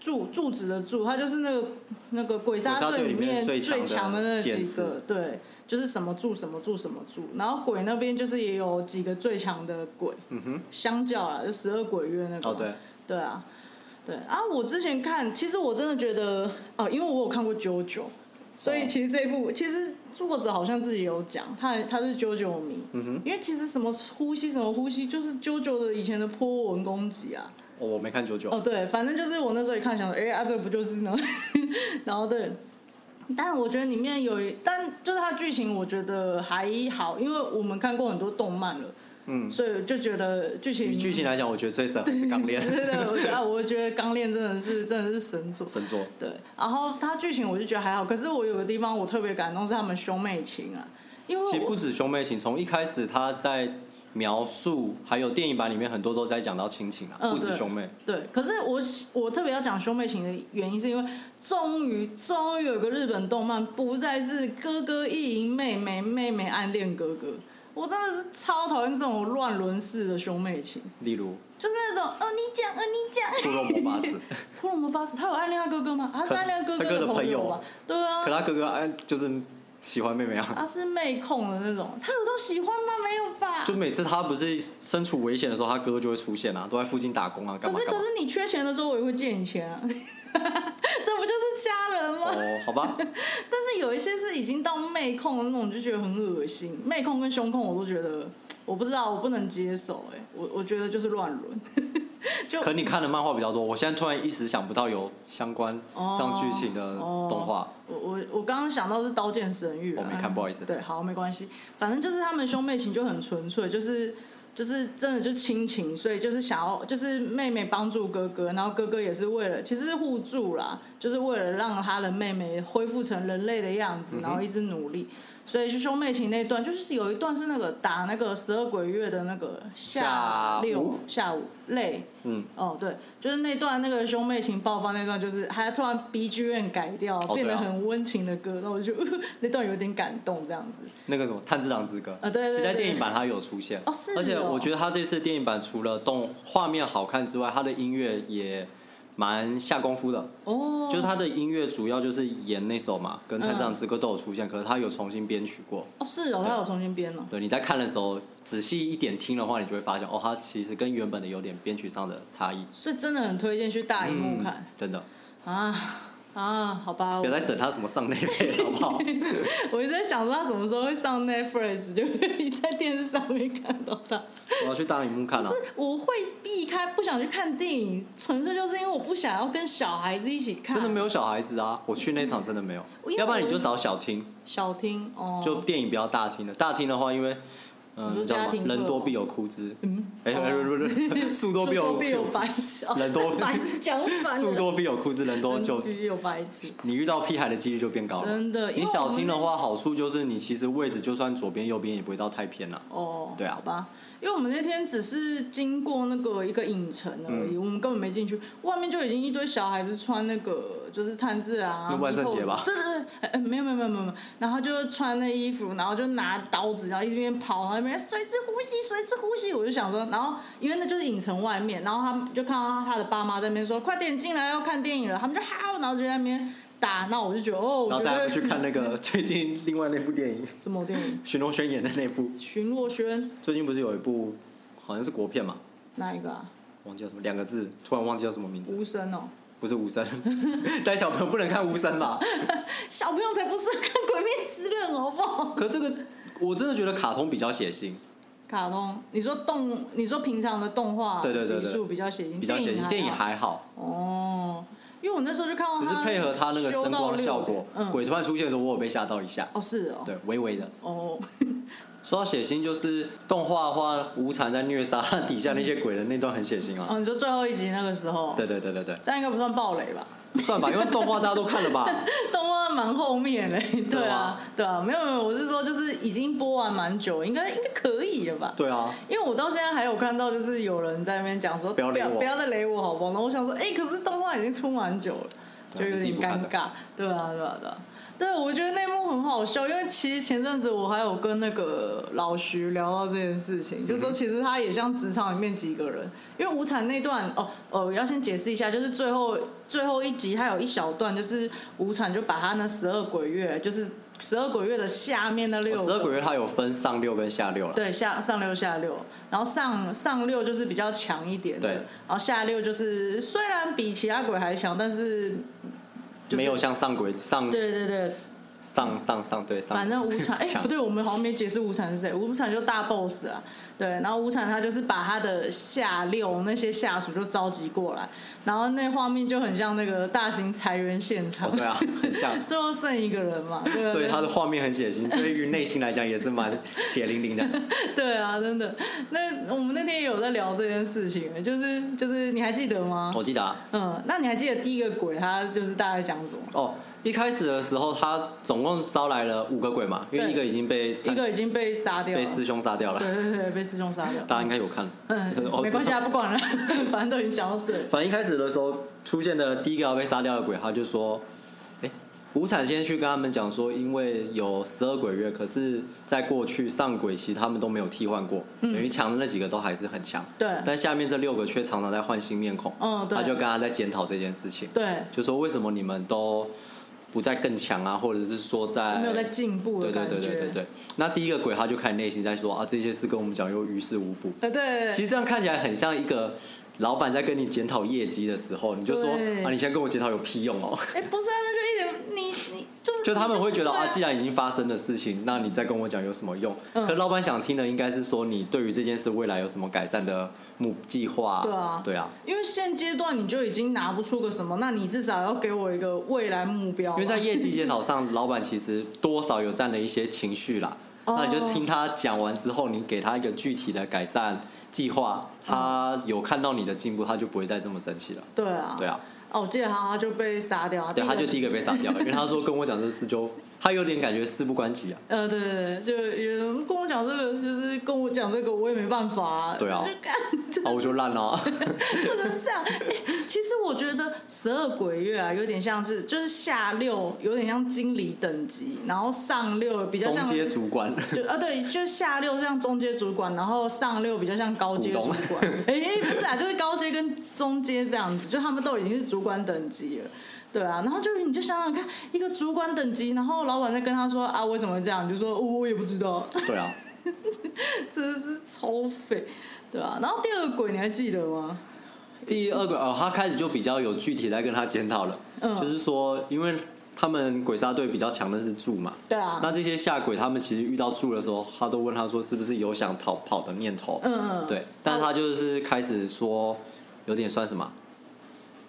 A: 柱柱子的柱，他就是那个那个鬼杀
B: 鬼杀队
A: 队
B: 里
A: 里
B: 面
A: 面
B: 最强的
A: 最强的那
B: 剑
A: 几
B: 士
A: 个，对，就是什么柱什么柱什么柱，然后鬼那边就是也有几个最强的鬼，
B: 嗯哼，
A: 相较啊，就十二鬼月那个，
B: 哦对，
A: 对啊，对啊，我之前看，其实我真的觉得哦，因为我有看过《九九》，所以其实这一部其实作者好像自己有讲，他他是《九九》迷，嗯哼，因为其实什么呼吸什么呼吸，就是《九九》的以前的波纹攻击啊，
B: 哦我没看九
A: 哦
B: 九，
A: 对，反正就是我那时候一看想说，哎、啊这不就是呢， *laughs* 然后对。但我觉得里面有一，但就是它剧情我觉得还好，因为我们看过很多动漫了，
B: 嗯，
A: 所以就觉得剧情 *laughs*
B: 以剧情来讲，我觉得最神是港恋
A: 真的，我觉得啊我觉得《钢炼》真的是真的是神作。
B: 神作，
A: 对，然后它剧情我就觉得还好，可是我有个地方我特别感动是他们兄妹情啊，因为
B: 其实
A: 我
B: 不止兄妹情，从一开始他在描述，还有电影版里面很多都在讲到亲情啊，
A: 嗯
B: 不止
A: 对
B: 兄妹。
A: 对，可是我喜我特别要讲兄妹情的原因，是因为终于终于有个日本动漫不再是哥哥意淫妹妹，妹妹暗恋哥哥。我真的是超讨厌这种乱伦式的兄妹情，
B: 例如
A: 就是那种哦你讲哦你讲， *laughs*
B: 《骷 *laughs* 髅魔法使》，
A: 骷髅魔法使他有暗恋他哥哥吗？啊他是
B: 可
A: 暗恋哥
B: 他哥
A: 的
B: 的朋友
A: 吧？对啊
B: 可，他哥哥哎，就是喜欢妹妹啊。
A: 他是妹控的那种，他有到喜欢吗？没有吧？
B: 就每次他不是身处危险的时候，他哥哥就会出现啊，都在附近打工啊，
A: 可
B: 干嘛
A: 是
B: 干
A: 可
B: 嘛。
A: 是你缺钱的时候，我也会借你钱啊， *laughs* 这不就是家人吗？
B: 哦，
A: *laughs*
B: 好吧，
A: 但是有一些是已经到妹控的那种，就觉得很恶心。妹控跟胸控我都觉得，我不知道，我不能接受、哎，我我觉得就是乱伦。就
B: 可你看的漫画比较多，我现在突然一时想不到有相关
A: 哦
B: 这样剧情的动画。
A: 我我我刚刚想到是《刀剑神域》啊，
B: 我没看不好意思
A: 对，好，没关系，反正就是他们兄妹情就很纯粹，就是。就是真的就亲情，所以就是想要，就是妹妹帮助哥哥，然后哥哥也是为了，其实是互助啦，就是为了让他的妹妹恢复成人类的样
B: 嗯
A: 子，然后一直努力。所以就兄妹情那段，就是有一段是那个打那个十二鬼月的那个
B: 下
A: 六
B: 午
A: 下午累，
B: 嗯，
A: 哦，对，就是那段那个兄妹情爆发那段，就是他突然 B G M 改掉，
B: 对啊
A: 变得很温情的歌，那我就 *laughs* 那段有点感动这样子。
B: 那个什么《炭治郎之歌》
A: 啊对对
B: 其实在
A: 对
B: 电影版它有出现，
A: 哦是哦
B: 而且我觉得它这次电影版除了动画面好看之外，它的音乐也蛮下功夫的，
A: 哦，嗯
B: 就是它的音乐主要就是演那首嘛，跟《炭治郎之歌》都有出现，可是它有重新编曲过。
A: 哦是哦，他有重新编哦。
B: 对，你在看的时候仔细一点听的话，你就会发现哦，它其实跟原本的有点编曲上的差异。嗯
A: 所以真的很推荐去大荧幕看、
B: 真的，
A: 啊啊，好吧，
B: 不要再
A: 我
B: 等它什么上内配了，好不好？
A: *laughs* 我一直在想说他什么时候会上 Netflix，就 *laughs* 会在电视上面看到他。
B: 我要去大荧幕看了、啊
A: 不是，啊我会避开不想去看电影，纯粹就是因为我不想要跟小孩子一起看。
B: 真的没有小孩子啊！我去那场真的没有
A: 因为，
B: 要不然你
A: 我
B: 就找小厅，
A: 小厅哦，
B: 就电影不要大厅的。大厅的话，因为嗯，
A: 你说
B: 你知道
A: 家
B: 吗？
A: 庭课
B: 人多
A: 吗
B: 必有枯枝，
A: 嗯
B: 哎，
A: 哦
B: 不是不是，树多必有
A: 树白痴，
B: *laughs*
A: 哦
B: 人多
A: *laughs* 白痴讲反了，
B: 树多必有枯枝，人多就
A: 人有白痴。
B: 你遇到屁孩的几率就变高了。
A: 真的因为
B: 你
A: 我
B: 小
A: 们
B: 厅的话，好处就是你其实位置就算左边右边也不会到太偏了。
A: 哦，
B: 对啊
A: 好吧，因为我们那天只是经过那个一个影城而
B: 嗯
A: 已，我们根本没进去，外面就已经一堆小孩子穿那个就是炭治啊，
B: 那万圣节吧
A: 对对对，哎哎没有没有没有没有，没有然后就穿那衣服，然后就拿刀子，然后一边跑，然后一边随之呼吸，随之呼吸，我就想说，然后因为那就是影城外面，然后他们就看到他的爸妈在那边说快点进来要看电影了，他们就好，然后就在那边打，那我就觉得哦，我
B: 然后
A: 觉
B: 大家
A: 得
B: 就去看那个 *laughs* 最近另外那部电影，
A: 什么电影？
B: 徐若瑄演的那部，
A: 巡洛轩
B: 最近不是有一部好像是国片嘛，
A: 哪一个啊？
B: 忘记叫什么两个字，突然忘记叫什么名字，
A: 无声哦。
B: 不是无声， *laughs* 但小朋友不能看无声吧？
A: 小朋友才不是看《鬼灭之刃》好不好？
B: 可这个我真的觉得卡通比较血腥，
A: 卡通，你说动，你说平常的动画
B: 对对对对
A: 集数比较血腥，
B: 比较血腥，电影
A: 嗯还好
B: 还好，
A: 哦，因为我那时候就看到
B: 只是
A: 他
B: 配合它那个
A: 修
B: 声
A: 到
B: 光效
A: 六
B: 果
A: 点，嗯，
B: 鬼突然出现的时候，我有被吓到一下，
A: 哦是哦，
B: 对，微微的。
A: 哦， *laughs*
B: 说到血腥，就是动画的话，无惨在虐杀他底下那些鬼的那段很血腥啊。
A: 哦你说最后一集那个时候，
B: 对对对对对，
A: 这样应该不算暴雷吧？ *laughs*
B: 算吧，因为动画大家都看了吧？
A: 动画蛮后面
B: *laughs*
A: 嘞，对啊
B: 吗，
A: 对啊，没有没有，我是说就是已经播完蛮久，应该应该可以了吧？
B: 对啊，
A: 因为我到现在还有看到，就是有人在那边讲说
B: 不要雷我
A: 不要再雷我好不好？然后我想说，哎、可是动画已经出蛮久了，就
B: 对啊
A: 有
B: 你自己
A: 点
B: 不
A: 尴
B: 看的
A: 尬。对啊，对啊，对啊。对，我觉得那幕很好笑，因为其实前阵子我还有跟那个老徐聊到这件事情，就
B: 嗯
A: 说其实他也像职场里面几个人，因为无产那段哦哦，要先解释一下，就是最后最后一集还有一小段，就是无产就把他那十二鬼月，就是十二鬼月的下面那六
B: 哦十
A: 个
B: 二鬼月它有分上六跟下六了。
A: 对，下上六下六，然后上上六就是比较强一点的，
B: 对
A: 然后下六就是虽然比其他鬼还强，但是
B: 嗯
A: 就是
B: 没有像上鬼上
A: 对对对，
B: 上上上对上，
A: 反正无产哎、
B: 嗯 *laughs* 强
A: 不对，我们好像没解释无产是谁，无产就大 boss 啊，对，然后无产他就是把他的下六那些下属就召集过来，然后那画面就很像那个大型裁员现场，
B: 哦对啊，很像。
A: *laughs* 最后剩一个人嘛，对啊
B: 所以
A: 对啊
B: 它的画面很血腥，对于内心来讲也是蛮血淋淋的。
A: *laughs* 对啊，真的。那我们那天也有在聊这件事情，就是就是你还记得吗？
B: 我记得啊，
A: 嗯，那你还记得第一个鬼他就是大概讲什么？
B: 哦，一开始的时候，他总共招来了五个鬼嘛，因为
A: 对
B: 一个已经被
A: 一个已经被杀掉
B: 被
A: 了，
B: 师兄杀掉了，
A: 对对对，被师兄杀掉。
B: 大家应该有看。 *laughs*
A: 嗯，
B: 哦
A: 没关系啊，不管了， *laughs* 反正都已经讲到这里。
B: 反正一开始的时候出现的第一个要被杀掉的鬼，他就说：“哎、无产先去跟他们讲说，因为有十二鬼月，可是在过去上鬼期他们都没有替换过，等于强的那几个都还是很强，
A: 嗯对
B: 但下面这六个却常常在换新面孔。
A: 嗯对嗯
B: 他就跟他在检讨这件事情，
A: 对，
B: 就说为什么你们都不再更强啊，或者是说在
A: 没有在进步的
B: 对对
A: 感觉。
B: 对对对对。那第一个鬼他就开始内心在说啊，这些事跟我们讲又于事无补，
A: 呃对，
B: 其实这样看起来很像一个老板在跟你检讨业绩的时候，你就说
A: 对
B: 啊，你现在跟我检讨有屁用哦。 *laughs*
A: 哎、不是啊，那就一点你你就是
B: 就他们会觉得
A: 你就
B: 啊，
A: 不
B: 既
A: 是
B: 然已经发生的事情，那你再跟我讲有什么用？
A: 嗯
B: 可老板想听的应该是说你对于这件事未来有什么改善的目计划？
A: 对啊
B: 对啊，
A: 因为现阶段你就已经拿不出个什么，那你至少要给我一个未来目标啊吧。
B: 因为在业绩
A: 哦
B: 检讨上，老板其实多少有占了一些情绪啦。
A: 哦
B: 那你就听他讲完之后，你给他一个具体的改善计划，他
A: 嗯
B: 有看到你的进步，他就不会再这么生气了。
A: 对啊，
B: 对啊。
A: 哦，我记得他他就被杀掉，
B: 对，他就第一
A: 个，
B: 个被杀掉，因为他说跟我讲这事就，他有点感觉事不关己啊。
A: 呃，对对对，就有人跟我讲这个，就是跟我讲这个，我也没办法、啊。
B: 对啊
A: 我就干，
B: 啊，我就烂了、啊，
A: 不能这样。欸其实我觉得十二鬼月啊，有点像是就是下六，有点像经理等级，然后上六比较
B: 中
A: 像
B: 阶主
A: *laughs*
B: 管。
A: 就啊，对，就下六像中阶主管，然后上六比较像高阶主
B: 股
A: 管。
B: *laughs*
A: 哎、不是啊，就是高阶跟中阶这样子，就他们都已经是主管等级了，对啊。然后就是你就想想看，一个主管等级，然后老板在跟他说啊，为什么会这样？你就说、哦我也不知道，
B: 对啊，
A: 真的是超废，对啊。然后第二个鬼你还记得吗？
B: 第二个哦，他开始就比较有具体在跟他检讨了，
A: 嗯
B: 就是说，因为他们鬼杀队比较强的是柱嘛，
A: 对啊
B: 那这些下鬼他们其实遇到柱的时候，他都问他说是不是有想逃跑的念头，
A: 嗯嗯
B: 对，但是他就是开始说有点算什么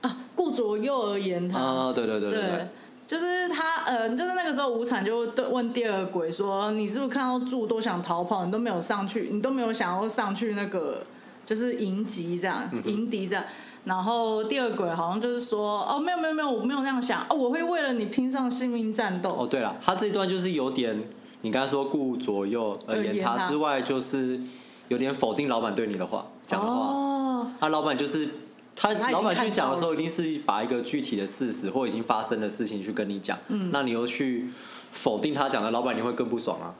A: 啊，顾左右而言他。
B: 啊、对对对对对，
A: 就是他，呃，就是那个时候，无产就对问第二个鬼说：“你是不是看到柱都想逃跑，你都没有上去，你都没有想要上去那个，就是迎击这样，
B: 嗯
A: 迎敌这样。”然后第二个鬼好像就是说：“哦，没有没有没有，我没有那样想，哦，我会为了你拼上性命战斗。
B: 哦，对了，他这一段就是有点，你刚才说顾左右而
A: 而
B: 言
A: 言
B: 他
A: 他
B: 之外，就是有点否定老板对你的话讲的话。
A: 哦，
B: 他老板就是他
A: 他已经
B: 老板去
A: 看
B: 讲的
A: 到
B: 时候，一定是把一个具体的事实或已经发生的事情去跟你讲。嗯，那你又去否定他讲的，老板你会更不
A: *laughs*
B: 爽啊。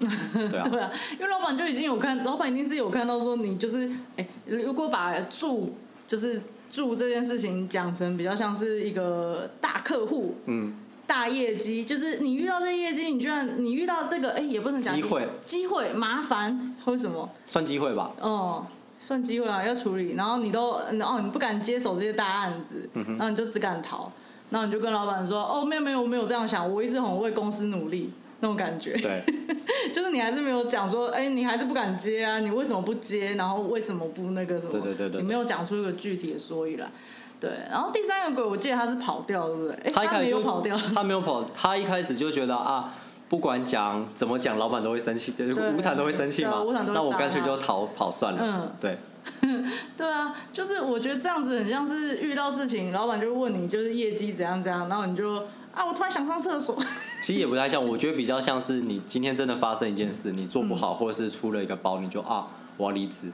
B: 对啊，
A: 对啊，因为老板就已经有看，老板一定是有看到说你就是，哎，如果把住就是住这件事情讲成比较像是一个大客户，
B: 嗯，
A: 大业绩，就是你遇到这业绩，你居然你遇到这个，哎，也不能讲
B: 机会
A: 机会麻烦或什么，
B: 算机会吧。
A: 哦、算机会啊，要处理，然后你都哦，你不敢接手这些大案子，
B: 嗯
A: 然后你就只敢逃，然后你就跟老板说，哦，没有没有，我没有这样想，我一直很为公司努力。那种感觉， *laughs*
B: 对，
A: 就是你还是没有讲说，哎、你还是不敢接啊，你为什么不接？然后为什么不那个什么？
B: 对对对对
A: 你没有讲出一个具体的所以然。对，然后第三个鬼，我记得他是跑掉，对不对？哎、
B: 他一
A: 他
B: 开
A: 没
B: 始
A: 有
B: 就
A: 跑掉，
B: 他没有跑，他一开始就觉得啊。不管讲怎么讲，老板都会生气，
A: 对
B: 无产都会生气
A: 对
B: 嘛
A: 啊无产。都会
B: 那我干脆
A: 杀他
B: 就逃跑算了。
A: 嗯
B: 对，
A: 对啊，就是我觉得这样子很像是遇到事情，老板就问你就是业绩怎样怎样，然后你就啊，我突然想上厕所，
B: 其实也不太像，我觉得比较像是你今天真的发生一件事，你做不
A: 嗯
B: 好，或者是出了一个包，你就啊，我要离职，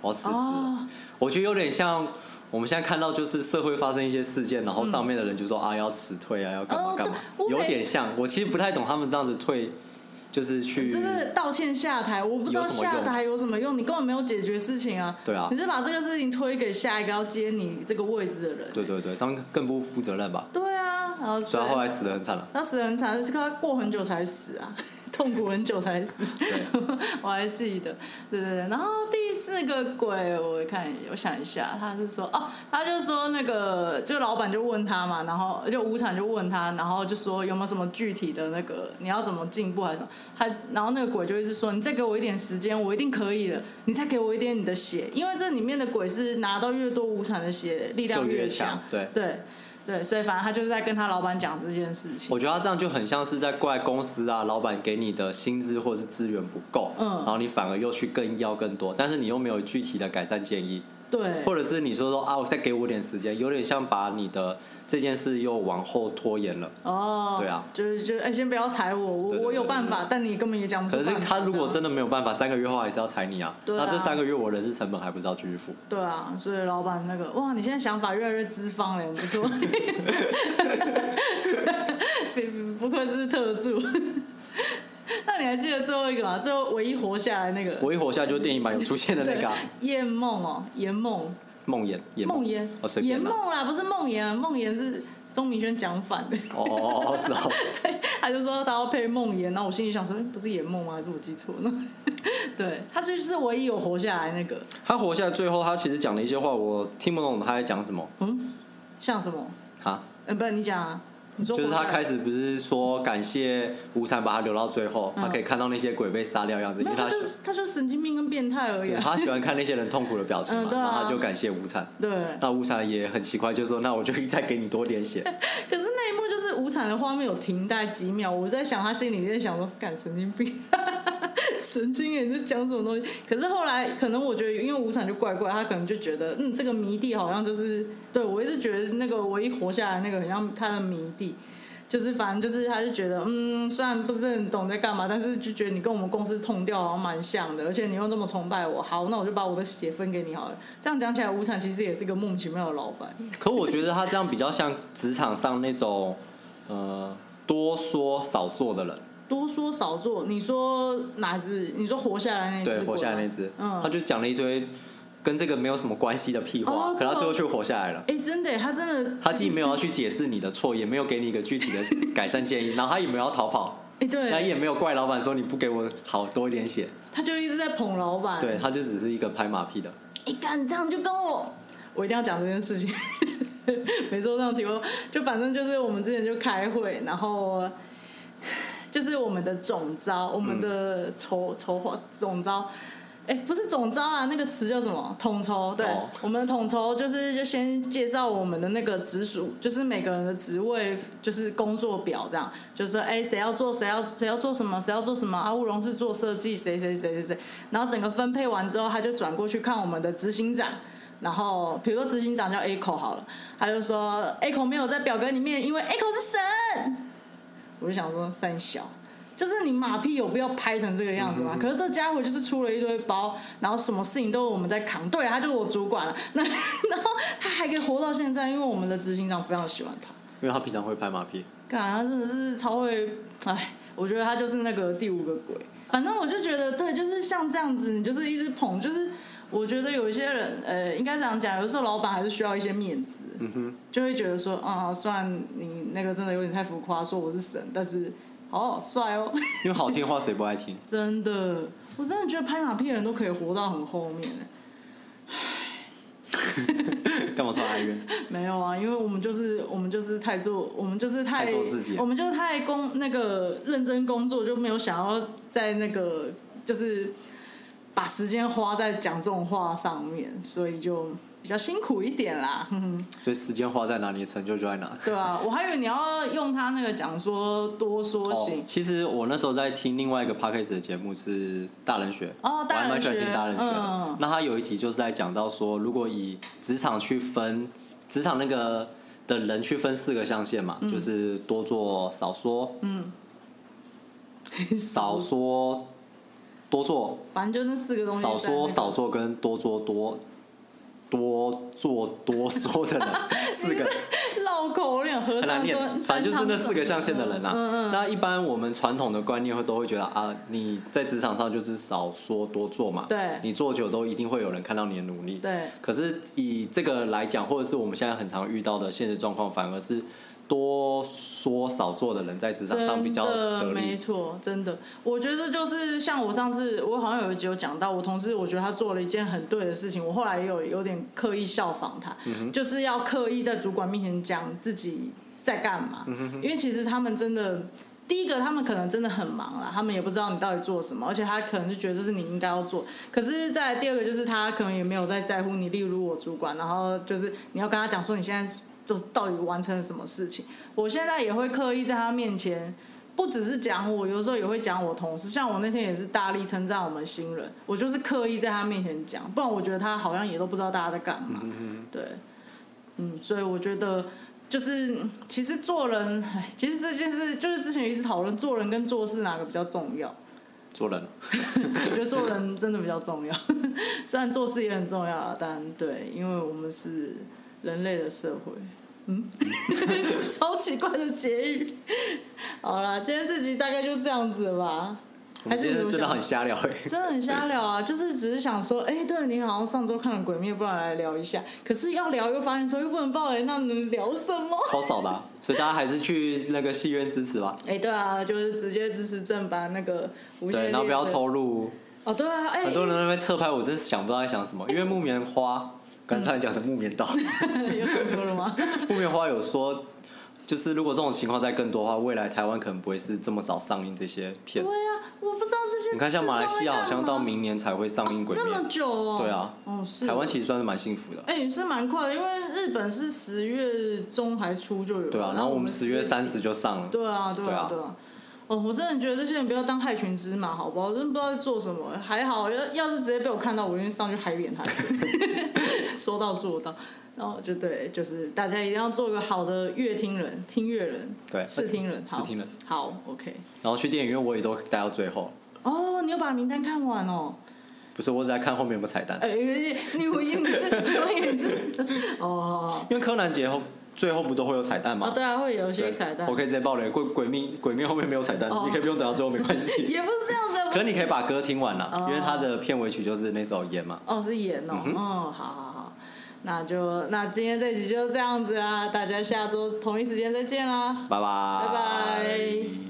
B: 我要辞职。
A: 哦
B: 我觉得有点像我们现在看到，就是社会发生一些事件，然后上面的人就说、啊，要辞退啊，要干
A: 嗯
B: 嘛
A: 哦
B: 干嘛，
A: 对我
B: 有
A: 每次
B: 点像。我其实不太懂他们这样子退，就是
A: *laughs*
B: 去
A: 就是道歉下台，我不知道
B: 嗯有什么用
A: 下台有什么用，你根本没有解决事情啊。
B: 对啊
A: 你是把这个事情推给下一个要接你这个位置的人。
B: 对对对，这样更不负责任吧。
A: 对啊，然后
B: 所以他后来死的很惨了。
A: 那死得很惨，是他过很久才死啊， *laughs* 痛苦很久才死。 *laughs* 我还记得，对对对。然后第四个鬼，我看我想一下，他是说哦，他就说那个，就老板就问他嘛，然后就无产就问他，然后就说有没有什么具体的那个你要怎么进步还是什么？他然后那个鬼就一直说，你再给我一点时间，我一定可以的。你再给我一点你的血，因为这里面的鬼是拿到越多无产的血，力量
B: 就越
A: 强
B: 强。对
A: 对对，所以反正他就是在跟他老板讲这件事情。
B: 我觉得他这样就很像是在怪公司啊，老板给你的薪资或是资源不够，
A: 嗯
B: 然后你反而又去更要更多，但是你又没有具体的改善建议，
A: 对，
B: 或者是你说说啊，我再给我点时间，有点像把你的这件事又往后拖延了。
A: 哦，
B: 对啊
A: 就是就是，哎、先不要踩我，我
B: 对对对
A: 我有办法，但你根本也讲不出
B: 可
A: 办
B: 是
A: 法。
B: 他如果
A: 这
B: 真
A: 样
B: 的没有办法，三个月后还是要裁你啊。
A: 对啊
B: 那这三个月我人事成本还不知道继续付。
A: 对啊，所以老板那个，哇，你现在想法越来越资方了，很不错， *laughs* 所以不愧是特助。 *laughs* 那你还记得最后一个吗？最后唯一活下来那个，
B: 我一活下来就是电影版有出现的那个啊
A: 对燕梦哦，严梦，
B: 梦魇，魇
A: 梦妍
B: 哦，随，
A: 严
B: 便啦。
A: 梦啦，不是梦妍啊，梦妍是钟明轩讲反的。
B: 哦哦哦哦，是哦。
A: 他就说他要配梦妍，然后我心里想说，诶不是妍梦吗？还是我记错了？ *laughs* 对他就是唯一有活下来那个，
B: 他活下来最后，他其实讲了一些话，我听不懂他在讲什么
A: 嗯，像什么？
B: 啊。
A: 嗯，不是你讲啊，你说
B: 就是
A: 活下
B: 他
A: 来
B: 开始不是说感谢无惨把他留到最后，
A: 嗯
B: 他可以看到那些鬼被杀掉的样子，因
A: 没
B: 为
A: 有，
B: 他
A: 他就是他就是神经病跟变态而已、
B: 对
A: 啊。
B: 他喜欢看那些人痛苦的表情嘛
A: 嗯，对啊
B: 然后他就感谢无惨。
A: 对，
B: 那无惨也很奇怪，就说那我就再给你多
A: *laughs*
B: 点血。
A: 可是那一幕就是无产的画面有停待几秒，我在想他心里在想说，干神经病，神经人在讲什么东西？可是后来可能我觉得，因为无产就怪怪，他可能就觉得，嗯，这个迷弟好像就是，对我一直觉得那个唯一活下来那个很像他的迷弟。就是反正就是，他就觉得，嗯，虽然不是很懂在干嘛，但是就觉得你跟我们公司痛调好像蛮像的，而且你又这么崇拜我，好，那我就把我的血分给你好了。这样讲起来，无产其实也是个莫名其妙的老板。
B: 可我觉得他这样比较像职场上那种，呃，多说少做的人。
A: 多说少做，你说哪只？你说活下来那只？
B: 对，活下来那只，
A: 嗯
B: 他，就讲了一堆跟这个没有什么关系的屁话
A: 哦，
B: 可他最后
A: 对
B: 却活下来了。
A: 哎，真的耶，他真的，
B: 他既没有要去解释你的错，也没有给你一个具体的改善建议，然后他也没有要逃跑，
A: 哎， *laughs*
B: 他
A: 对，
B: 也没有怪老板说你不给我好多一点血，
A: 他就一直在捧老板。
B: 对，，他就只是一个拍马屁的。
A: 你敢这样就跟我，我一定要讲这件事情。 *laughs* 每周这样提问，就反正就是我们之前就开会，然后就是我们的总招，我们的筹筹划总招。哎，不是总招啊，那个词叫什么？统筹。对，
B: 哦
A: 我们的统筹就是就先介绍我们的那个直属，就是每个人的职位，就是工作表这样，就是说哎谁要做谁要谁要做什么谁要做什么啊，乌龙是做设计，谁谁谁谁谁，然后整个分配完之后，他就转过去看我们的执行长。然后，比如说执行长叫 A 口好了，他就说 A 口没有在表格里面，因为 A 口是神，我就想说三小，就是你马屁有必要拍成这个样子吗？可是这家伙就是出了一堆包，然后什么事情都是我们在扛。对啊，他就是我主管了。那 *laughs* 然后他还可以活到现在，因为我们的执行长非常喜欢他。
B: 因为他平常会拍马屁，
A: 干，他真的是超会，哎，我觉得他就是那个第五个鬼。反正我就觉得，对，就是像这样子，你就是一直捧，就是我觉得有一些人，呃，应该这样讲，有时候老板还是需要一些面子，嗯哼，就会觉得说，啊、虽然你那个真的有点太浮夸，说我是神，但是好好帅哦， *laughs*
B: 因为好听话谁不爱听？
A: 真的，我真的觉得拍马屁的人都可以活到很后面欸
B: 干嘛突然哀
A: *laughs*
B: 怨？
A: 没有啊，因为我们就是我们就是太做，我们就是太
B: 太做自己
A: 我们就是太工那个认真工作，就没有想要在那个就是把时间花在讲这种话上面，所以就比较辛苦一点啦。 *laughs* 哼哼
B: 所以时间花在哪里，成就就在哪。
A: 对啊，我还以为你要用他那个讲说多
B: 哦
A: 说行。
B: 其实我那时候在听另外一个 podcast 的节目是大人学，
A: 哦大人学
B: 我还蛮喜欢听大人学的。
A: 嗯
B: 那他有一集就是在讲到说，如果以职场去分，职场那个的人去分四个象限嘛，就是多做少说，
A: 嗯，
B: 少说多做，
A: 反正就那四个东西在那
B: 少
A: 个、
B: 说少做跟多做多多做多说
A: *laughs*
B: 的人，四个。
A: 绕口令，合
B: 很难
A: 唱
B: 念
A: 跟，
B: 反正就是那四个象限的人啊啦、
A: 嗯嗯
B: 那一般我们传统的观念会都会觉得啊，你在职场上就是少说多做嘛，
A: 对
B: 你做久都一定会有人看到你的努力。
A: 对
B: 可是以这个来讲，或者是我们现在很常遇到的现实状况，反而是多说少做的人在职场上比较得
A: 真的没
B: 力。
A: 错，真的，我觉得就是像我上次，我好像有一集有讲到，我同事我觉得他做了一件很对的事情，我后来也有有点刻意效仿他，
B: 嗯
A: 就是要刻意在主管面前讲自己在干嘛，
B: 嗯
A: 因为其实他们真的。第一个，他们可能真的很忙啦，他们也不知道你到底做什么，而且他可能就觉得这是你应该要做。可是再来第二个就是他可能也没有在在乎你，例如我主管，然后就是你要跟他讲说你现在就是到底完成了什么事情。我现在也会刻意在他面前。不只是讲我，有时候也会讲我同事。像我那天也是大力称赞我们新人，我就是刻意在他面前讲，不然我觉得他好像也都不知道大家在干嘛。对，嗯，所以我觉得就是嗯其实做人，唉其实这件事就是之前一直讨论做人跟做事哪个比较重要。 *laughs*
B: 做人
A: 我觉得做人真的比较重要， *laughs* 虽然做事也很重要啊，但对，因为我们是人类的社会，嗯， *laughs* 超奇怪的结语。好啦，今天这集大概就这样子了吧。
B: 我
A: 还
B: 们
A: 是
B: 今天
A: 你有
B: 真的
A: 想
B: 很瞎聊、欸，
A: 真的很瞎聊啊，就是只是想说，哎、对你好像上周看了《鬼灭》，不然来聊一下。可是要聊又发现说又不能爆雷，那能聊什么？
B: 超少的啊、所以大家还是去那个戏院支持吧。
A: 哎、对啊，就是直接支持正版那个无限
B: 对，
A: 列
B: 然后不要
A: 车
B: 偷录，
A: 哦，对啊，哎、
B: 很多人在那边侧拍，我真是想不到在想什么。因为木棉花，刚才讲的木棉道，
A: 嗯 *laughs* 有想说了
B: *laughs*
A: 吗？
B: 木棉花有说，就是如果这种情况再更多的话，未来台湾可能不会是这么早上映这些片
A: 对。啊，我不知道这些。
B: 你看，像马来西亚好像到明年才会上映《鬼
A: 那
B: 灭
A: 么》，久哦。
B: 对啊
A: 哦是。
B: 台湾其实算是蛮幸福的，
A: 哎、是蛮快的，因为日本是十月中还初就有了。
B: 对啊。然后我们十
A: 10
B: 月三。十就上了，
A: 对啊，对
B: 对
A: 啊
B: 啊，
A: 对啊。哦，我真的觉得这些人不要当害群之马，好不好？真的不知道在做什么。还好，要要是直接被我看到，我一定上去海扁
B: *laughs*
A: 他。 *laughs* 说到做到，然后就对，就是大家一定要做个好的乐听人、听乐人、
B: 对
A: 视听人、好
B: 视听人。
A: 好，OK。
B: 然后去电影院我也都待到最后，
A: 哦，你有把名单看完哦。
B: 不是我只在看后面有没有彩蛋，
A: 哎、你我以为你是，我以为你是，哦，
B: 因为柯南节后最后不都会有彩蛋
A: 哦
B: 吗？
A: 对啊，会有一些
B: 对
A: 彩蛋，
B: *laughs* 我可以直接爆雷，鬼鬼灭鬼灭后面没有彩蛋
A: 哦，
B: 你可以不用等到最后没关
A: *laughs*
B: 系。
A: 也不是这样子，不啊
B: 可是你可以把歌听完
A: 哦
B: 了，因为它的片尾曲就是那首《烟》嘛。
A: 哦是演哦，嗯，好好好，那就那今天啊这集就这样子啦，大家下周同一时间再见啦，
B: 拜拜，
A: 拜拜